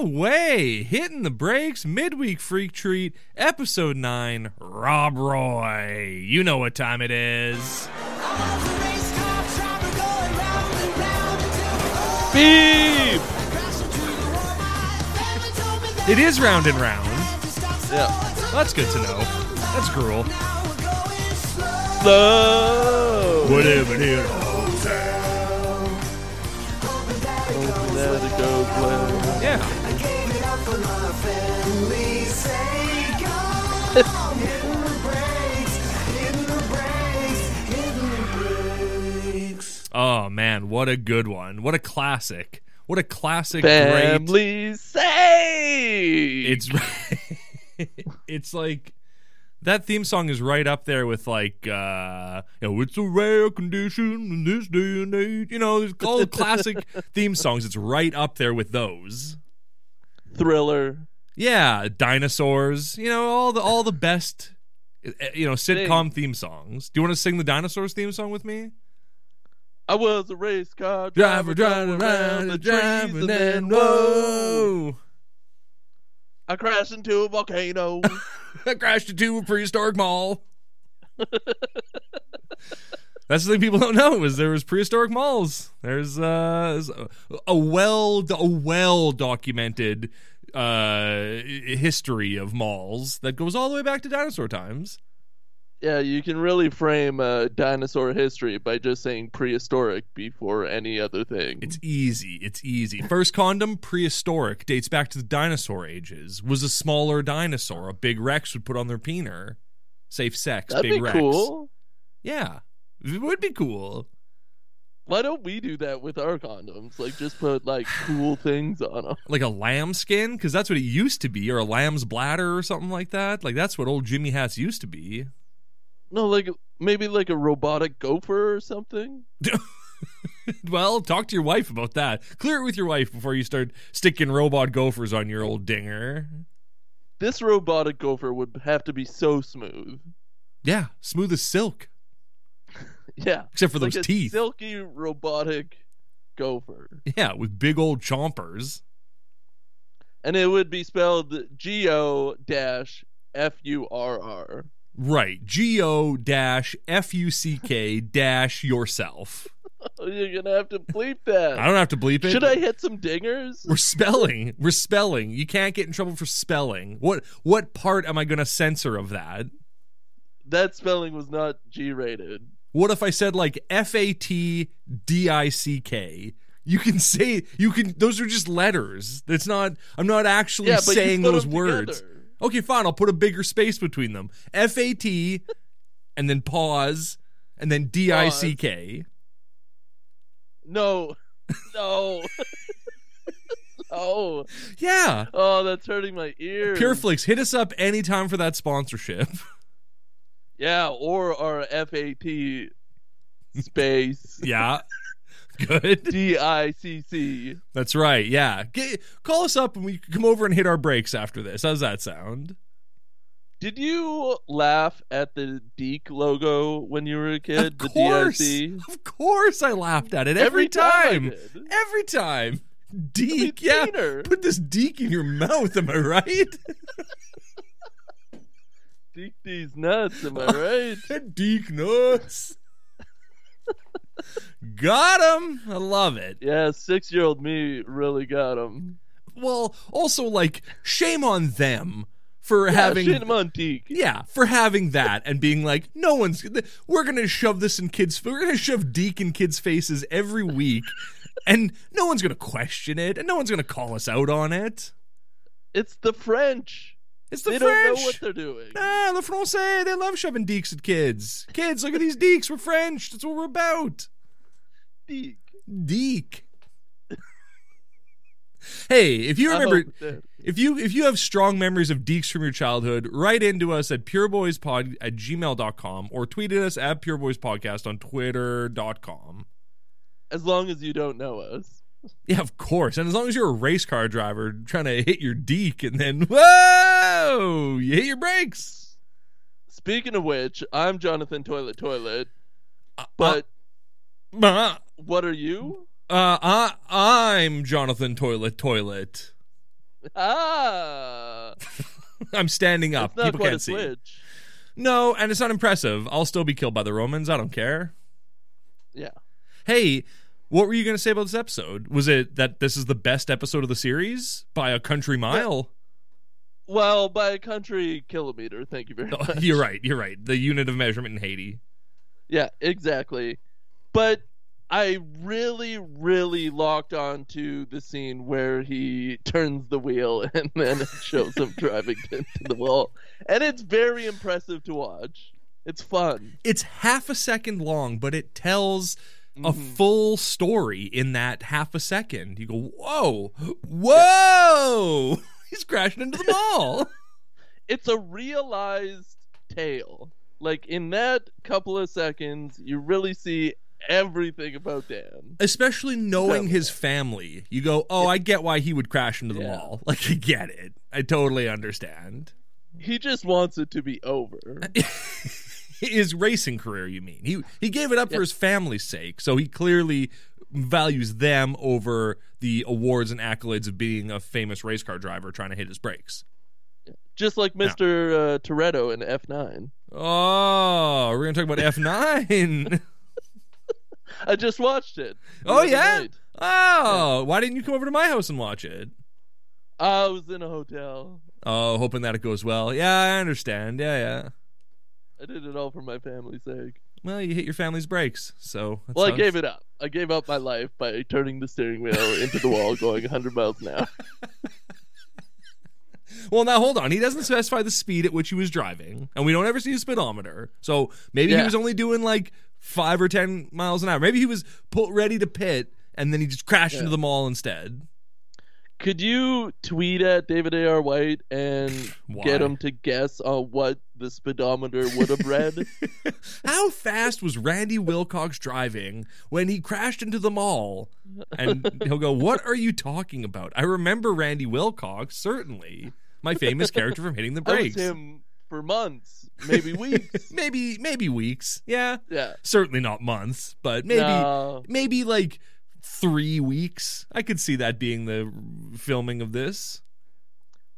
way! Hitting the brakes, midweek freak treat, episode 9, Rob Roy. You know what time it is. Beep! It is round and round. Yeah. That's good to know. That's gruel. Slow! Whatever, dude. Let it go, play. Yeah. Oh, man. What a good one. What a classic. What a classic, great. Family say! it's it's like that theme song is right up there with like uh you know, it's a rare condition in this day and age you know there's all the classic theme songs it's right up there with those thriller. yeah dinosaurs you know all the all the best uh, you know sitcom theme songs do you want to sing the dinosaurs theme song with me I was a race car driver driver, driving driving around the the trees, driving and then whoa, whoa I crashed into a volcano. I crashed into a prehistoric mall. That's the thing people don't know is there was prehistoric malls. There's uh, there's a- a well a well documented uh, history of malls that goes all the way back to dinosaur times. yeah, you can really frame uh, dinosaur history by just saying prehistoric before any other thing. It's easy. It's easy. First condom, prehistoric, dates back to the dinosaur ages. Was a smaller dinosaur. A big Rex would put on their peener. Safe sex. That'd big be Rex. cool. Yeah, it would be cool. Why don't we do that with our condoms? Like, just put like cool things on them. like a lamb skin because that's what it used to be or a lamb's bladder or something like that like that's what old jimmy hats used to be No, like maybe like a robotic gopher or something. well talk to your wife about that clear it with your wife before you start sticking robot gophers on your old dinger This robotic gopher would have to be so smooth. yeah smooth as silk Yeah, except for like those a teeth silky robotic gopher, yeah with big old chompers and it would be spelled G O dash F U R R. right g-o dash f-u-c-k dash yourself You're gonna have to bleep i that. don't have to bleep it Should I hit some dingers? We're spelling. We're spelling. You can't get in trouble for spelling. What what part am I going to censor of that? That spelling was not G rated. What if I said like F A T D I C K? You can say you can. Those are just letters. That's not. I'm not actually Yeah, but saying you put those 'em words. together. Okay, fine. I'll put a bigger space between them. F A T, and then pause, and then D I C K. No, no, no. Yeah. Oh, that's hurting my ear. Pureflix, hit us up anytime for that sponsorship. Yeah, or our FAT space yeah. Good. D I C C. That's right. Yeah. Get, call us up and we can come over and hit our breaks after this. How's that sound? Did you laugh at the Deek logo when you were a kid? of the course. DIC? Of course I laughed at it every, I time. did. Every time. I mean, Deke, yeah. Diener. Put this deke in your mouth, am I right? Deek these nuts, am I right? deke nuts. got him. I love it. yeah, six year old me really got him. Well, also like shame on them for having yeah, shit him on Deek. Yeah, for having that and being like, no one's. We're gonna shove this in kids. We're gonna shove Deke in kids' faces every week, and no one's gonna question it, and no one's gonna call us out on it. It's the French. It's the they don't French. know what they're doing. Ah, the Francais, they love shoving deeks at kids. Kids, look at these deeks. We're French. That's what we're about. Deek. Deke. hey, if you I'm remember, over there. If you if you have strong memories of deeks from your childhood, write into us at pureboyspod at gmail.com or tweet at us at pureboyspodcast on twitter.com. As long as you don't know us. Yeah, of course. And as long as you're a race car driver trying to hit your deek and then whoa, you hit your brakes. Speaking of which, I'm Jonathan Toilet Toilet, but Uh, what are you? uh, I, I'm Jonathan Toilet Toilet. Ah, I'm standing up. it's not People quite can't a see. switch. No, and it's not impressive. I'll still be killed by the Romans. I don't care. Yeah. Hey, what were you going to say about this episode? Was it that this is the best episode of the series by a country mile? Well, by a country kilometer. Thank you very No, much. Oh, you're right. You're right. The unit of measurement in Haiti. Yeah, exactly. But I really, really locked on to the scene where he turns the wheel and then it shows him driving into the wall. And it's very impressive to watch. It's fun. It's half a second long, but it tells a Mhm. full story in that half a second. You go, whoa, whoa! He's crashing into the mall. It's a realized tale. Like in that couple of seconds, you really see everything about Dan. Especially knowing So- his family, you go, oh, I get why he would crash into the Yeah. mall. Like, I get it. I totally understand. He just wants it to be over. his racing career you mean he he gave it up Yeah. for his family's sake so he clearly values them over the awards and accolades of being a famous race car driver trying to hit his brakes Just like Mr. Uh, Toretto in F9. oh we're gonna talk about f9 I just watched it. the oh other yeah night. oh why didn't you come over to my house and watch it I was in a hotel. oh hoping that it goes well yeah i understand yeah yeah I did it all for my family's sake. well you hit your family's brakes so that well, I sucks. gave it up. I gave up my life by turning the steering wheel into the wall, going 100 miles an hour. Well, now hold on. He doesn't specify the speed at which he was driving, and we don't ever see a speedometer. So maybe he Yeah. was only doing like five or ten miles an hour. Maybe he was put ready to pit, and then he just crashed Yeah. into the mall instead. Could you tweet at David A.R. White and Why? get him to guess on what the speedometer would have read? How fast was Randy Wilcox driving when he crashed into the mall? And he'll go, "What are you talking about? I remember Randy Wilcox certainly, my famous character from hitting the I was brakes. him for months, maybe weeks. Maybe, maybe weeks. Yeah, yeah. certainly not months, but maybe." No. maybe like three weeks. I could see that being the filming of this.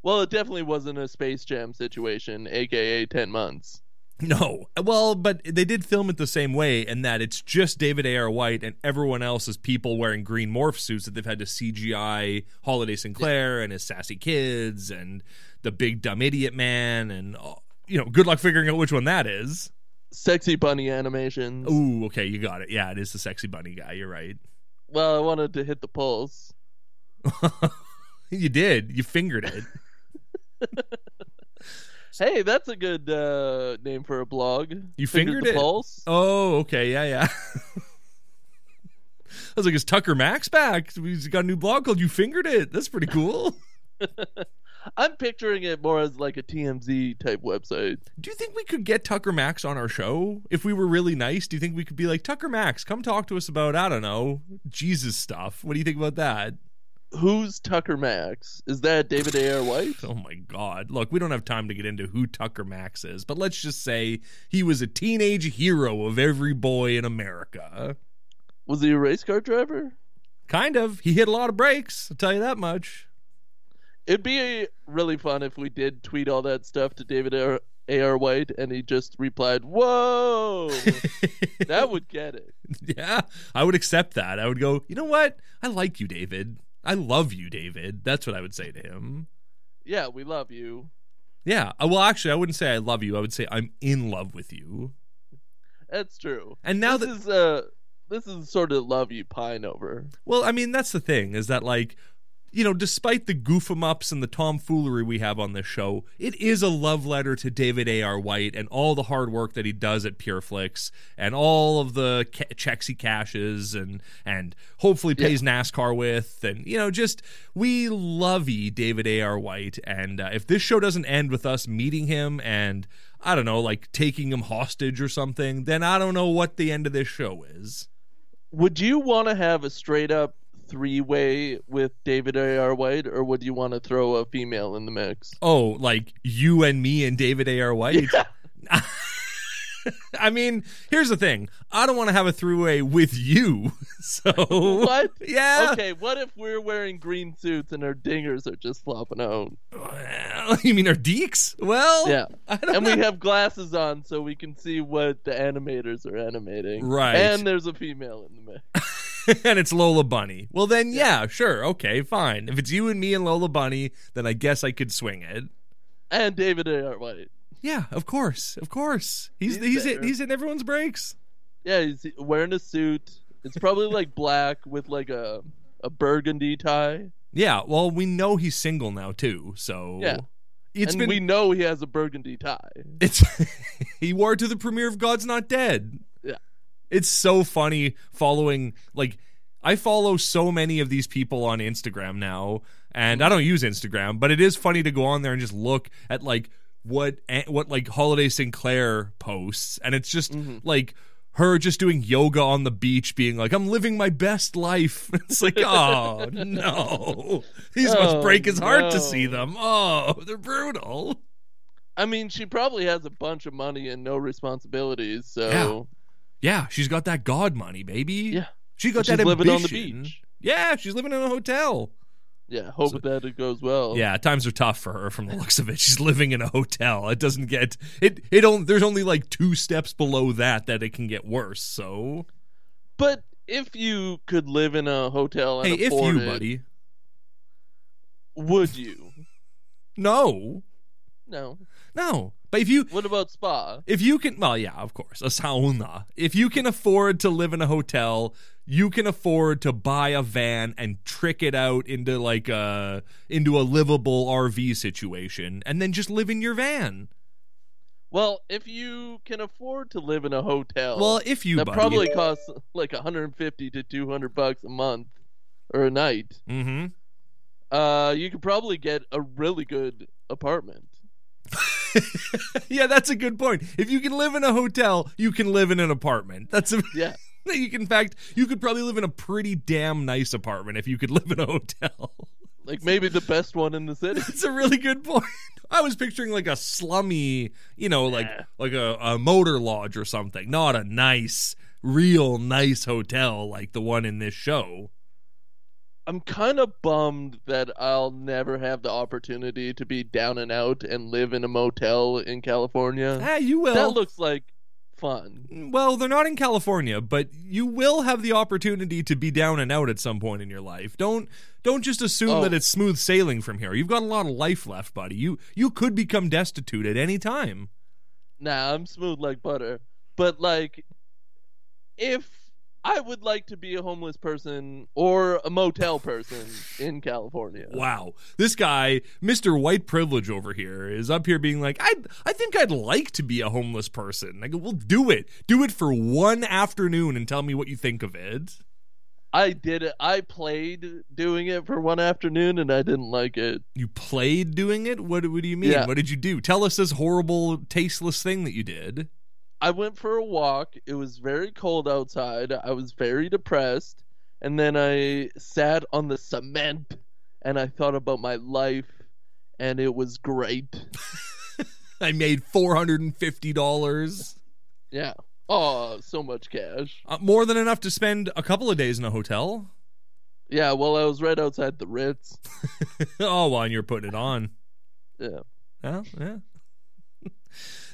Well, it definitely wasn't a Space Jam situation, aka 10 months. No. Well, but they did film it the same way in that it's just David A.R. White and everyone else is people wearing green morph suits that they've had to CGI Holiday Sinclair and his sassy kids and the big dumb idiot man and, all- you know, good luck figuring out which one that is. Sexy bunny animations. Ooh, okay, you got it. Yeah, it is the sexy bunny guy. You're right. Well, I wanted to hit the pulse. you did. You fingered it. Hey, that's a good uh, name for a blog. You fingered the it. pulse. Oh, okay, yeah, yeah. I was like, is Tucker Max back? He's got a new blog called "You Fingered It." That's pretty cool. I'm picturing it more as like a TMZ type website. Do you think we could get Tucker Max on our show if we were really nice? Do you think we could be like Tucker Max? Come talk to us about I don't know Jesus stuff. What do you think about that? Who's Tucker Max? Is that David A.R. White? Oh my God! Look, we don't have time to get into who Tucker Max is, but let's just say he was a teenage hero of every boy in America. Was he a race car driver? Kind of. He hit a lot of breaks. I'll tell you that much. It'd be really fun if we did tweet all that stuff to David A.R. A.R. White and he just replied, Whoa! that would get it. Yeah, I would accept that. I would go, you know what? I like you, David. I love you, David. That's what I would say to him. Yeah, we love you. Yeah. uh, Well, actually, I wouldn't say I love you. I would say I'm in love with you. That's true. And now this that, is uh this is sort of love you pine over. well, I mean, that's the thing is that, like, you know, despite the goof em ups and the tomfoolery we have on this show, it is a love letter to David A.R. White and all the hard work that he does at Pureflix and all of the ca- checks he cashes and, and hopefully pays NASCAR with. And, you know, just we lovey David A.R. White. And uh, if this show doesn't end with us meeting him and, I don't know, like taking him hostage or something, then I don't know what the end of this show is. Would you want to have a straight up three way with David A.R. White, or would you want to throw a female in the mix? Oh, like you and me and David A.R. White? I mean, here's the thing. I don't want to have a three-way with you. So What? Yeah. Okay, what if we're wearing green suits and our dingers are just flopping out? Well, you mean our deeks? Well, Yeah. I don't And know. we have glasses on so we can see what the animators are animating. Right. And there's a female in the mix. and it's Lola Bunny. Well, then, yeah, sure. Okay, fine. If it's you and me and Lola Bunny, then I guess I could swing it. And David A. R. White. Yeah, of course. Of course. He's He's he's there. hitting, he's hitting everyone's brakes. Yeah, he's wearing a suit. It's probably like black with like a a burgundy tie. Yeah, well, we know he's single now too, so Yeah. It's and been we know he has a burgundy tie. it's he wore it to the premiere of God's Not Dead. Yeah. It's so funny following like I follow so many of these people on Instagram now and I don't use Instagram, but it is funny to go on there and just look at like what what like Holiday Sinclair posts and it's just Mhm. like her just doing yoga on the beach being like I'm living my best life. It's like oh no. These Oh, must break his heart to no. see them. Oh, they're brutal. I mean, she probably has a bunch of money and no responsibilities, so Yeah, she's got that god money, baby. Yeah. She got she's that living on the ambition. beach. Yeah, she's living in a hotel. Yeah, hope So- that it goes well. Yeah, times are tough for her from the looks of it. She's living in a hotel. It doesn't get it it on, there's only like two steps below that that it can get worse. So, But if you could live in a hotel and hey, if afford you, it, buddy. would you? No. No. No. But if you What about spa? if you can well, yeah, of course, a sauna. If you can afford to live in a hotel, you can afford to buy a van and trick it out into like a into a livable RV situation and then just live in your van. Well, if you can afford to live in a hotel, Well, if you that buddy. probably costs like 150 to 200 bucks a month or a night. Mm-hmm. Uh, you could probably get a really good apartment. yeah, that's a good point. If you can live in a hotel, you can live in an apartment. That's a Yeah. you can in fact you could probably live in a pretty damn nice apartment if you could live in a hotel. Like maybe the best one in the city. That's a really good point. I was picturing like a slummy, you know, like Nah. like a, a motor lodge or something, not a nice, real nice hotel like the one in this show. I'm kind of bummed that I'll never have the opportunity to be down and out and live in a motel in California. Ah, you will. That looks like fun. well, they're not in California, but you will have the opportunity to be down and out at some point in your life. Don't don't just assume Oh. that it's smooth sailing from here. You've got a lot of life left, buddy. You you could become destitute at any time. Nah, I'm smooth like butter. But like, if I would like to be a homeless person or a motel person in California. Wow. This guy, Mr. White Privilege over here, is up here being like, I I think I'd like to be a homeless person. I go, well, do it. Do it for one afternoon and tell me what you think of it. I did it. I played doing it for one afternoon and I didn't like it. You played doing it? What, what do you mean? Yeah. What did you do? Tell us this horrible, tasteless thing that you did. I went for a walk. It was very cold outside. I was very depressed. And then I sat on the cement and I thought about my life and it was great. I made $450. Yeah. Oh, so much cash. Uh, more than enough to spend a couple of days in a hotel. Yeah, well, I was right outside the Ritz. oh, well, and you're putting it on. Yeah. Oh, yeah.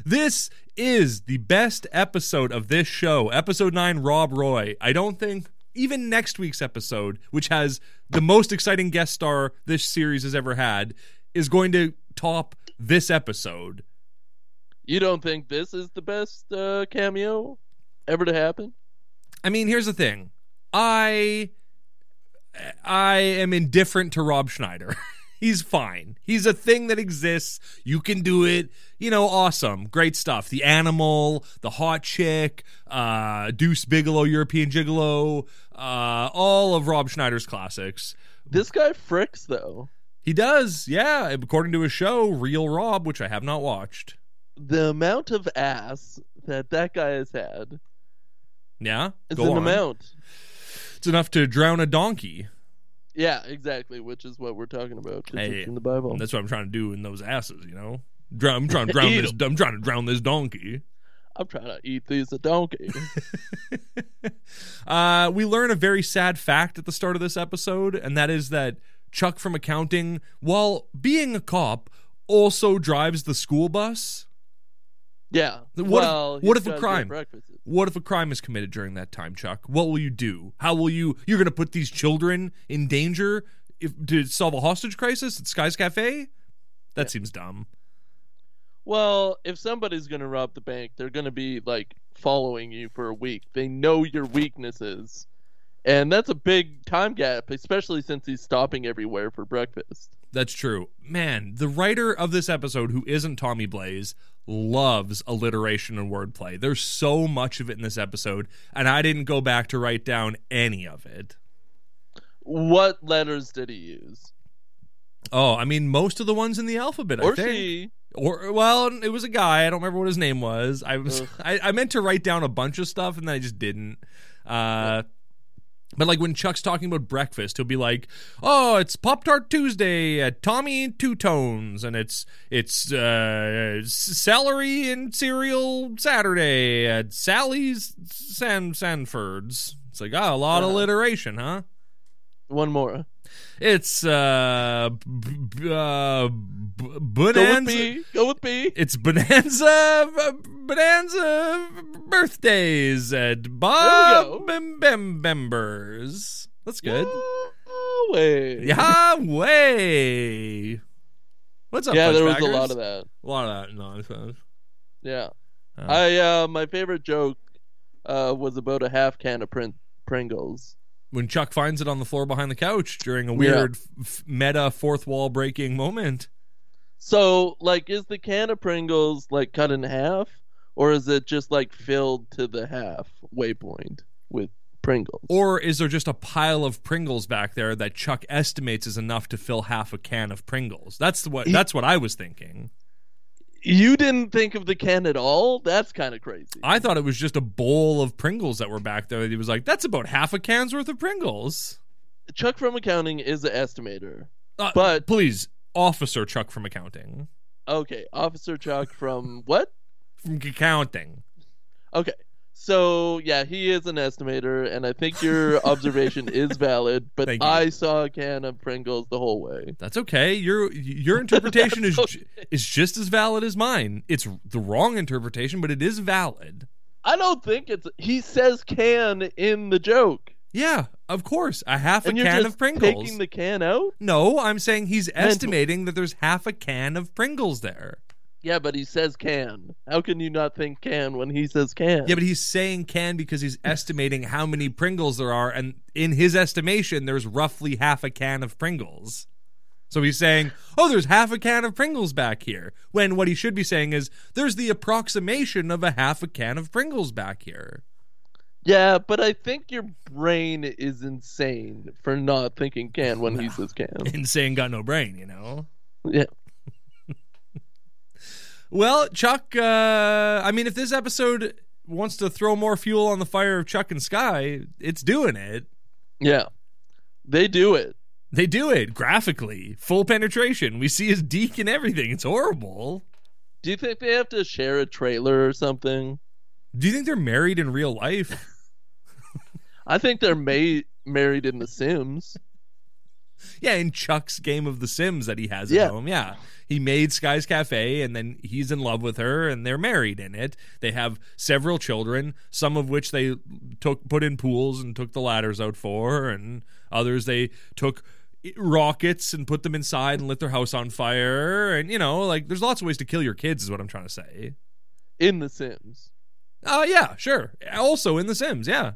this is the best episode of this show, episode nine, Rob Roy. I don't think even next week's episode, which has the most exciting guest star this series has ever had, is going to top this episode. You don't think this is the best uh, cameo ever to happen? I mean, here's the thing. I I am indifferent to Rob Schneider. He's fine. He's a thing that exists. You can do it. You know, awesome. Great stuff. The animal, the hot chick, uh, Deuce Bigelow, European Gigolo, uh, all of Rob Schneider's classics. This guy fricks though. He does, yeah, according to his show, Real Rob, which I have not watched. The amount of ass that that guy has had Yeah? is Go an on. amount. It's enough to drown a donkey. Yeah, exactly. Which is what we're talking about. 'cause Hey, it's in the Bible. That's what I'm trying to do in those asses, you know. Drown, I'm trying to drown Eat this. I'm trying to drown this donkey. I'm trying to eat these a donkey. uh, we learn a very sad fact at the start of this episode, and that is that Chuck from accounting, while being a cop, also drives the school bus. Yeah. What if- well, what if he's a gotta get crime? breakfast. What if a crime is committed during that time, Chuck? What will you do? How will you? You're going to put these children in danger if, to solve a hostage crisis at Sky's Cafe? That Yeah. seems dumb. Well, if somebody's going to rob the bank, they're going to be like following you for a week. They know your weaknesses. And that's a big time gap, especially since he's stopping everywhere for breakfast. That's true. Man, the writer of this episode, who isn't Tommy Blaze, loves alliteration and wordplay. There's so much of it in this episode, and I didn't go back to write down any of it. What letters did he use? Oh, I mean, most of the ones in the alphabet, I or think. she? Or well, it was a guy. I don't remember what his name was. I was Ugh. I, I meant to write down a bunch of stuff and then I just didn't. Uh, but like when Chuck's talking about breakfast, he'll be like, "Oh, it's Pop Tart Tuesday at Tommy and Two Tones, and it's it's uh, s- celery and cereal Saturday at Sally's San Sanford's." It's like, oh, a lot of Uh-huh. alliteration, huh? One more. It's uh, b- b- uh, b- Go with bonanza. B. Go with B. It's Bonanza Bonanza birthdays at Bob go. Bem- Bem- Bembers. That's good. Oh, wait. Yahweh. What's up? Yeah, there was Fudgebaggers? a lot of that. A lot of that nonsense. Yeah. Uh. I uh my favorite joke uh was about a half can of Prin- Pringles. When Chuck finds it on the floor behind the couch during a Yeah. weird f- meta fourth wall breaking moment. So, like is the can of Pringles like cut in half or is it just like filled to the half waypoint with Pringles? Or is there just a pile of Pringles back there that Chuck estimates is enough to fill half a can of Pringles? That's what He- that's what I was thinking. you didn't think of the can at all? That's kind of crazy. I thought it was just a bowl of Pringles that were back there. He was like, "That's about half a can's worth of Pringles." Chuck from accounting is an estimator. Uh, But- please, Officer Chuck from accounting, Okay, Officer Chuck from what? from accounting. Okay. So yeah, he is an estimator, and I think your observation is valid. But Thank you. I saw a can of Pringles the whole way. That's okay. Your your interpretation is That's is just as valid as mine. It's the wrong interpretation, but it is valid. I don't think it's. He says can in the joke, Yeah, of course, a half a and you're can just of Pringles. taking the can out. no, I'm saying he's Mental. estimating that there's half a can of Pringles there. Yeah, but he says can. How can you not think can when he says can? Yeah, but he's saying can because he's estimating how many Pringles there are, and in his estimation, there's roughly half a can of Pringles. So he's saying, "Oh, there's half a can of Pringles back here." When what he should be saying is, "There's the approximation of a half a can of Pringles back here." yeah, but I think your brain is insane for not thinking can when he says can. Insane got no brain, you know. Yeah. Well, Chuck, uh, I mean, if this episode wants to throw more fuel on the fire of Chuck and Sky, it's doing it. Yeah, they do it. They do it graphically, full penetration. We see his deek and everything. It's horrible. Do you think they have to share a trailer or something? Do you think they're married in real life? I think they're ma- married in The Sims. yeah, in Chuck's game of The Sims that he has at Yeah. home. Yeah. He made Sky's Cafe and then he's in love with her and they're married in it. They have several children, some of which they took put in pools and took the ladders out for and others they took rockets and put them inside and lit their house on fire and you know, like there's lots of ways to kill your kids is what I'm trying to say. In The Sims. Uh yeah, sure. Also in The Sims, yeah.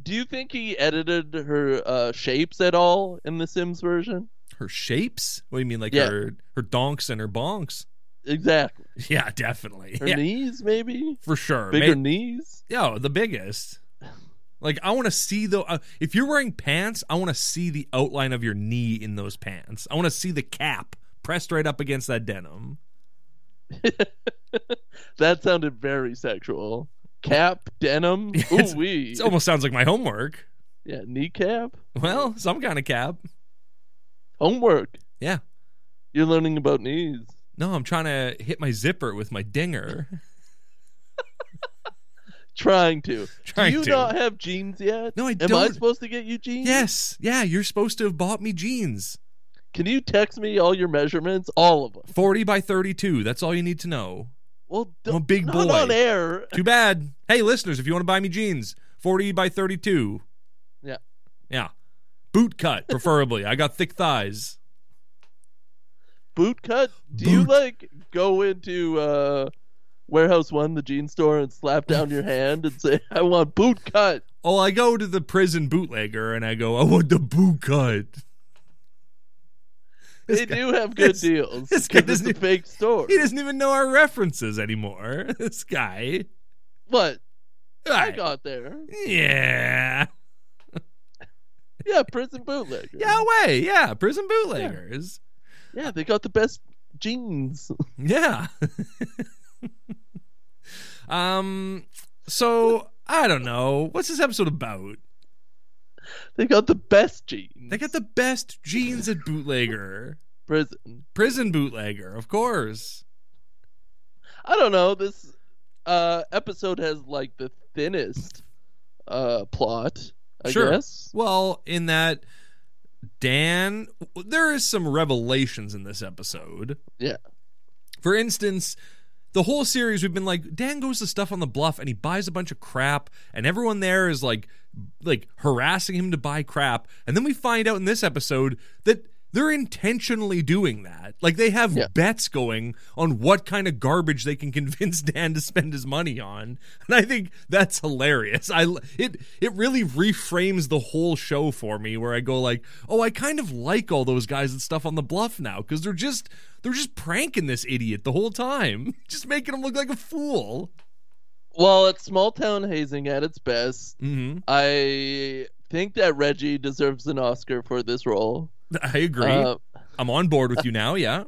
Do you think he edited her uh, shapes at all in The Sims version? Her shapes? What do you mean, like Yeah. her her donks and her bonks? Exactly. Yeah, definitely. Her Yeah, knees, maybe? for sure. Bigger Ma- knees? Yo, the biggest. Like I want to see the. Uh, if you're wearing pants, I want to see the outline of your knee in those pants. I want to see the cap pressed right up against that denim. That sounded very sexual. Cap, denim, Yeah, it's- ooh wee. It almost sounds like my homework. Yeah, kneecap, Well, some kind of cap. homework. Yeah. You're learning about knees. No, I'm trying to hit my zipper with my dinger. Trying to. Trying Do you to. not have jeans yet? No, I Am I don't. supposed to get you jeans? Yes. Yeah, you're supposed to have bought me jeans. Can you text me all your measurements, all of them? 40 by 32. That's all you need to know. Well, I'm a don't- big not boy. on air. Too bad. Hey, listeners, if you want to buy me jeans, 40 by 32. Yeah. Yeah. Boot cut, preferably. I got thick thighs. Boot cut. Do you Boot. like go into uh, warehouse one, the jean store, and slap down your hand and say, "I want boot cut"? Oh, I go to the prison bootlegger and I go, I want the boot cut. This They guy- do have good this- deals. this guy 'cause it's doesn't a even- fake store. He doesn't even know our references anymore. This guy. What? I Right. got there. Yeah. Yeah, prison bootlegger. Yeah, way. Yeah. Prison bootleggers. yeah, they got the best jeans. Yeah. um so I don't know. What's this episode about? They got the best jeans. They got the best jeans at bootlegger. prison. Prison bootlegger, of course. I don't know. This uh, episode has like the thinnest uh, plot. I Sure. guess. Well, in that Dan, there is some revelations in this episode. Yeah. For instance, the whole series we've been like Dan goes to stuff on the bluff and he buys a bunch of crap and everyone there is like like harassing him to buy crap and then we find out in this episode that they're intentionally doing that. Like they have Yeah. bets going on what kind of garbage they can convince Dan to spend his money on. And I think that's hilarious. I it it really reframes the whole show for me where I go like, "Oh, I kind of like all those guys and stuff on the bluff now cuz they're just they're just pranking this idiot the whole time, just making him look like a fool." Well, it's small town hazing at its best. Mhm. I think that Reggie deserves an Oscar for this role. I agree. Uh, I'm on board with you now, yeah.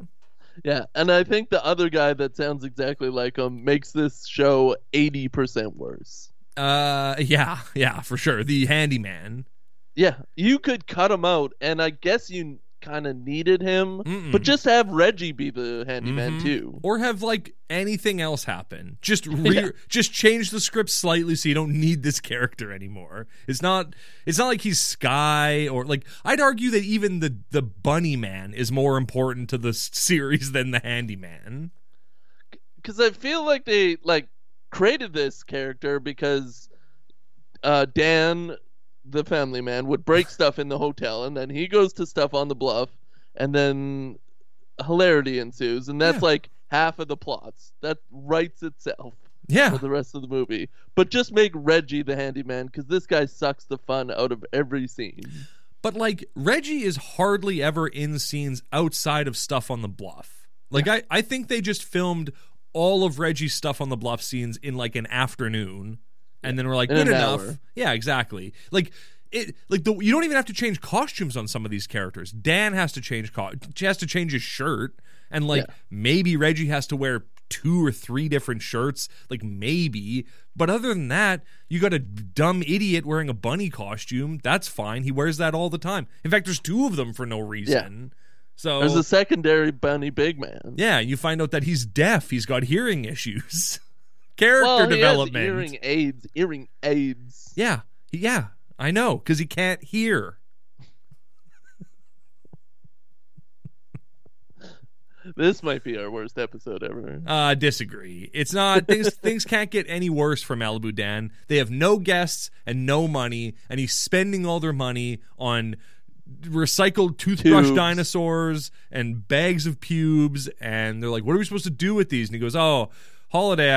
yeah, and I think the other guy that sounds exactly like him makes this show eighty percent worse. Uh yeah, yeah, for sure. The handyman. Yeah, you could cut him out, and I guess you kind of needed him, Mm-mm. but just have Reggie be the handyman Mhm. too. or have like anything else happen. Just re- just change the script slightly so you don't need this character anymore. It's not it's not like he's Sky or like I'd argue that even the the bunny man is more important to the s- series than the handyman. Because I feel like they like created this character because uh, Dan, the family man, would break stuff in the hotel, and then he goes to stuff on the bluff, and then hilarity ensues, and that's Yeah. like half of the plots. That writes itself. Yeah. for the rest of the movie. But just make Reggie the handyman because this guy sucks the fun out of every scene. But like Reggie is hardly ever in scenes outside of stuff on the bluff. Like I, I think they just filmed all of Reggie's stuff on the bluff scenes in like an afternoon and then we're like In good an enough. hour. Yeah, exactly. Like it like the you don't even have to change costumes on some of these characters. Dan has to change co- has to change his shirt and like maybe Reggie has to wear two or three different shirts, like maybe. But other than that, you got a dumb idiot wearing a bunny costume. That's fine. He wears that all the time. In fact, there's two of them for no reason. So There's a secondary bunny big man. yeah, you find out that he's deaf. He's got hearing issues. Character well, he has development. earring aids. Earring aids. Yeah, yeah, I know, because he can't hear. This might be our worst episode ever. Uh, disagree. It's not things. things can't get any worse for Malibu Dan. They have no guests and no money, and he's spending all their money on recycled toothbrush Tubes. dinosaurs and bags of pubes. And they're like, "What are we supposed to do with these?" And he goes, "Oh, holiday.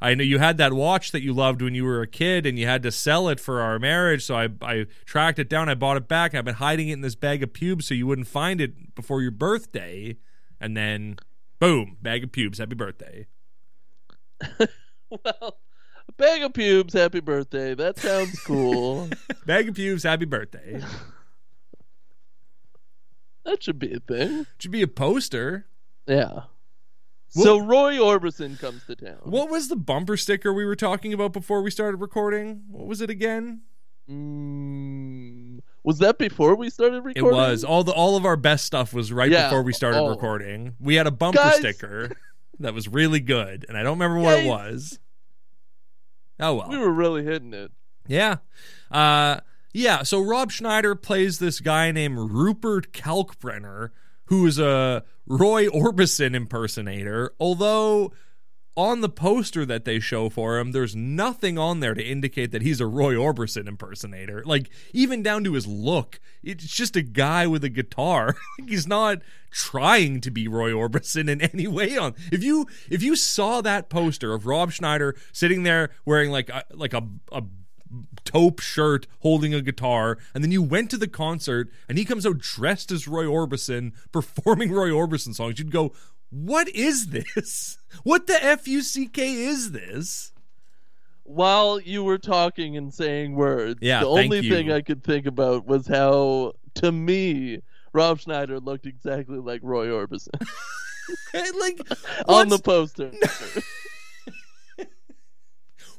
I I know you had that watch that you loved when you were a kid, and you had to sell it for our marriage. So I I tracked it down. I bought it back. and I've been hiding it in this bag of pubes so you wouldn't find it before your birthday." And then. Boom, bag of pubes. Happy birthday. well, a bag of pubes. Happy birthday. That sounds cool. Bag of pubes. Happy birthday. that should be a thing. Should be a poster. Yeah. so Roy Orbison comes to town. What was the bumper sticker we were talking about before we started recording? What was it again? Mm, was that before we started It recording? was all the all of our best stuff was right Yeah. before we started Oh. recording. We had a bumper Guys. sticker that was really good, and I don't remember what it Guys. was. Oh well. We were really hitting it. Yeah. Uh, yeah. So Rob Schneider plays this guy named Rupert Kalkbrenner, who is a Roy Orbison impersonator. Although on the poster that they show for him, there's nothing on there to indicate that he's a Roy Orbison impersonator. Like, even down to his look, it's just a guy with a guitar. Like, he's not trying to be Roy Orbison in any way. On if you if you saw that poster of Rob Schneider sitting there wearing like a, like a, a taupe shirt holding a guitar and then you went to the concert and he comes out dressed as Roy Orbison performing Roy Orbison songs you'd go what is this what the fuck is this While you were talking and saying words, Yeah, the thank only you. thing I could think about was how, to me, Rob Schneider looked exactly like Roy Orbison like on the what's- poster.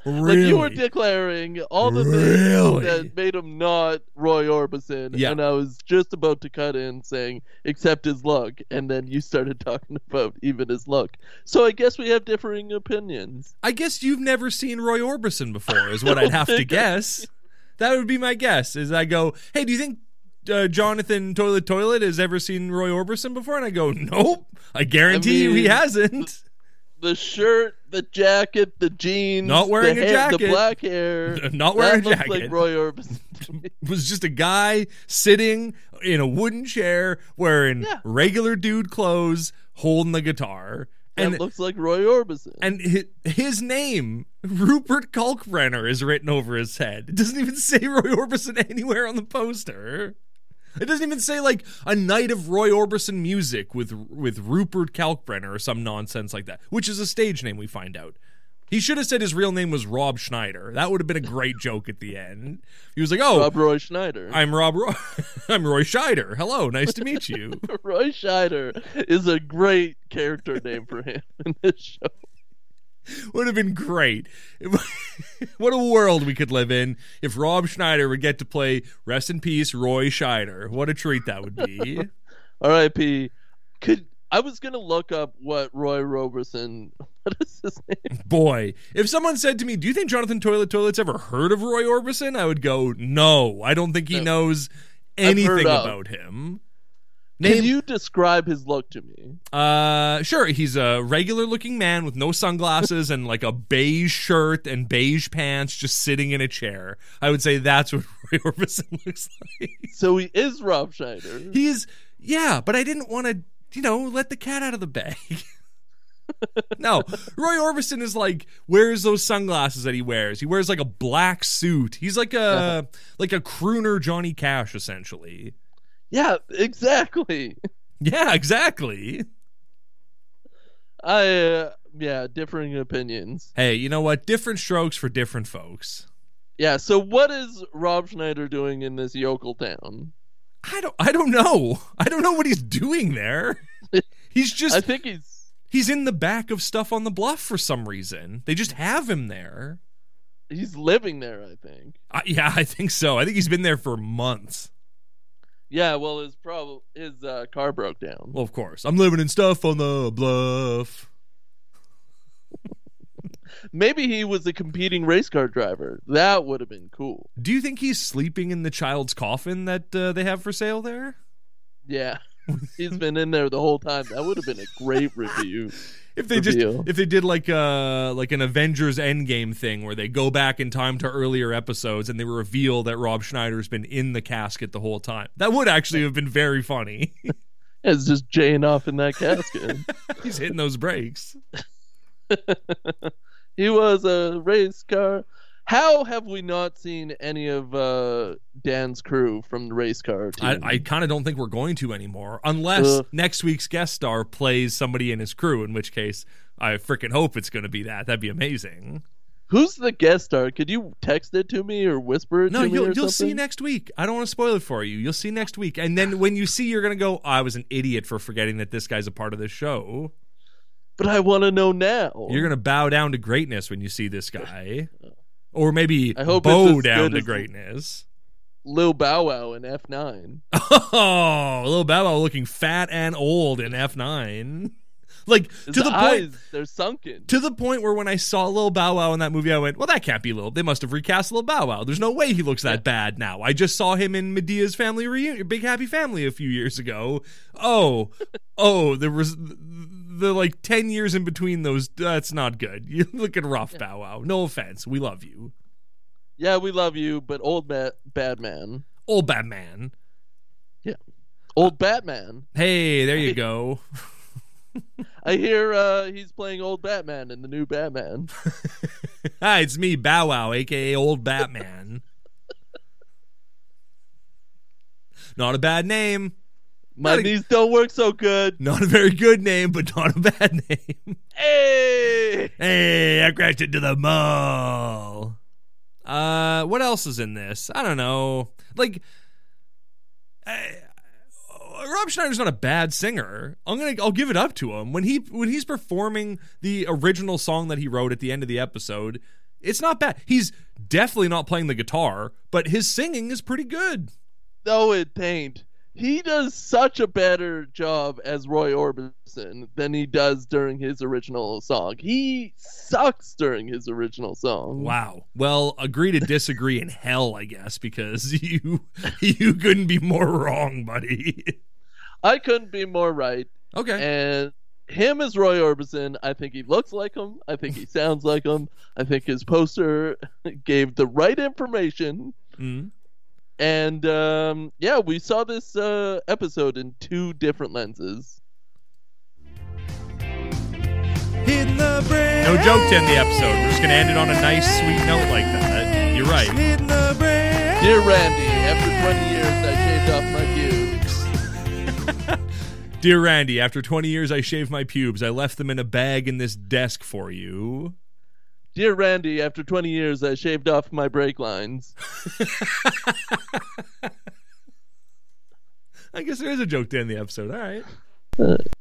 really? Like you were declaring all the Really? things that made him not Roy Orbison, Yeah. and I was just about to cut in saying except his luck, and then you started talking about even his luck. So I guess we have differing opinions. I guess you've never seen Roy Orbison before, is what I'd have to think I- guess. That would be my guess. Is I go, hey, do you think uh, Jonathan Toilet Toilet has ever seen Roy Orbison before? And I go, nope. I guarantee you he mean- hasn't. The shirt, the jacket, the jeans, Not wearing the a hair- jacket. the black hair. Not wearing that a looks jacket. like Roy Orbison. to me. was just a guy sitting in a wooden chair wearing Yeah. regular dude clothes, holding the guitar, that and looks like Roy Orbison. and his, his name Rupert Kalkbrenner is written over his head. It doesn't even say Roy Orbison anywhere on the poster. It doesn't even say like a night of Roy Orbison music with with Rupert Kalkbrenner or some nonsense like that, which is a stage name we find out. He should have said his real name was Rob Schneider. That would have been a great joke at the end. He was like, "Oh, Rob Roy Schneider. I'm Rob. Roy- I'm Roy Scheider. Hello, nice to meet you. Roy Schneider is a great character name for him in this show. Would have been great. what a world we could live in if Rob Schneider would get to play rest in peace Roy Scheider. What a treat that would be. R.I.P. Could I was gonna look up what Roy Roberson. What is his name? Boy, if someone said to me, "Do you think Jonathan Toilet Toilet's ever heard of Roy Orbison?" I would go, "No, I don't think he No. knows heard anything of. about him." Can you describe his look to me? Uh, sure. He's a regular-looking man with no sunglasses and like a beige shirt and beige pants, just sitting in a chair. I would say that's what Roy Orbison looks like. So he is Rob Schneider. He's yeah, but I didn't want to, you know, let the cat out of the bag. no, Roy Orbison is like wears those sunglasses that he wears. He wears like a black suit. He's like a like a crooner Johnny Cash essentially. yeah, exactly. Yeah, exactly. I uh, yeah, differing opinions. Hey, you know what? Different strokes for different folks. Yeah. So what is Rob Schneider doing in this yokel town? I don't I don't know. I don't know what he's doing there. He's just I think he's he's in the back of stuff on the bluff for some reason. They just have him there. he's living there. I think. I, yeah, I think so. I think he's been there for months. Yeah. Well, his problem his uh, car broke down. Well, of course. I'm living in stuff on the bluff. Maybe he was a competing race car driver. That would have been cool. Do you think he's sleeping in the child's coffin that uh, they have for sale there? Yeah. He's been in there the whole time. That would have been a great review. If they just Reveal. if they did like uh like an Avengers Endgame thing where they go back in time to earlier episodes and they reveal that Rob Schneider's been in the casket the whole time. That would actually have been very funny. It's just Jane off in that casket. He's hitting those brakes. he was a race car. How have we not seen any of uh, Dan's crew from the race car I, team? I kind of don't think we're going to anymore, unless Ugh. next week's guest star plays somebody in his crew. In which case, I freaking hope it's going to be that. That'd be amazing. Who's the guest star? Could you text it to me or whisper it No, to me? you'll or you'll see something? next week. I don't want to spoil it for you. You'll see next week, and then when you see, you're going to go, "I was an idiot for forgetting that this guy's a part of this show." But I want to know now. You're going to bow down to greatness when you see this guy, or maybe I hope it's bow as down good to as- greatness. Lil Bow Wow in F9. Uh, Oh, Lil Bow Wow looking fat and old in F9. Like to His the eyes, point they're sunken. to the point where when I saw Lil Bow Wow in that movie, I went, "Well, that can't be Lil. They must have recast Lil Bow Wow. There's no way he looks that Yeah. bad now." I just saw him in Medea's family reunion, Big Happy Family, a few years ago. Oh, oh, there was the like ten years in between those. That's not good. You're looking rough, Yeah. Bow Wow. No offense, we love you, yeah, we love you, but old bat, bad man, old Batman. old Batman. Hey, there you go. I hear uh, he's playing old Batman in the new Batman. Hi, it's me, Bow Wow, aka Old Batman. not a bad name. My Not a- knees don't work so good. Not a very good name, but not a bad name. Hey, hey, I crashed into the mall. Uh, what else is in this? I don't know. Like, I- Rob Schneider's not a bad singer. I'm gonna, I'll give it up to him when he when he's performing the original song that he wrote at the end of the episode. It's not bad. He's definitely not playing the guitar, but his singing is pretty good. no, it paint. He does such a better job as Roy Orbison than he does during his original song. He sucks during his original song. Wow. Well, agree to disagree in hell, I guess, because you you couldn't be more wrong, buddy. I couldn't be more right. Okay. And him as Roy Orbison, I think he looks like him. I think he sounds like him. I think his poster gave the right information. Mm. And um, yeah, we saw this uh, episode in two different lenses. Hitting the brakes. No joke to end the episode. We're just gonna end it on a nice, sweet note like that. You're right. Hitting the brakes. Dear Randy, after 20 years, I shaved off my pubes. Dear Randy, after 20 years, I shaved my pubes. I left them in a bag in this desk for you. Dear Randy, after 20 years, I shaved off my brake lines. I guess there is a joke to end the episode. All right.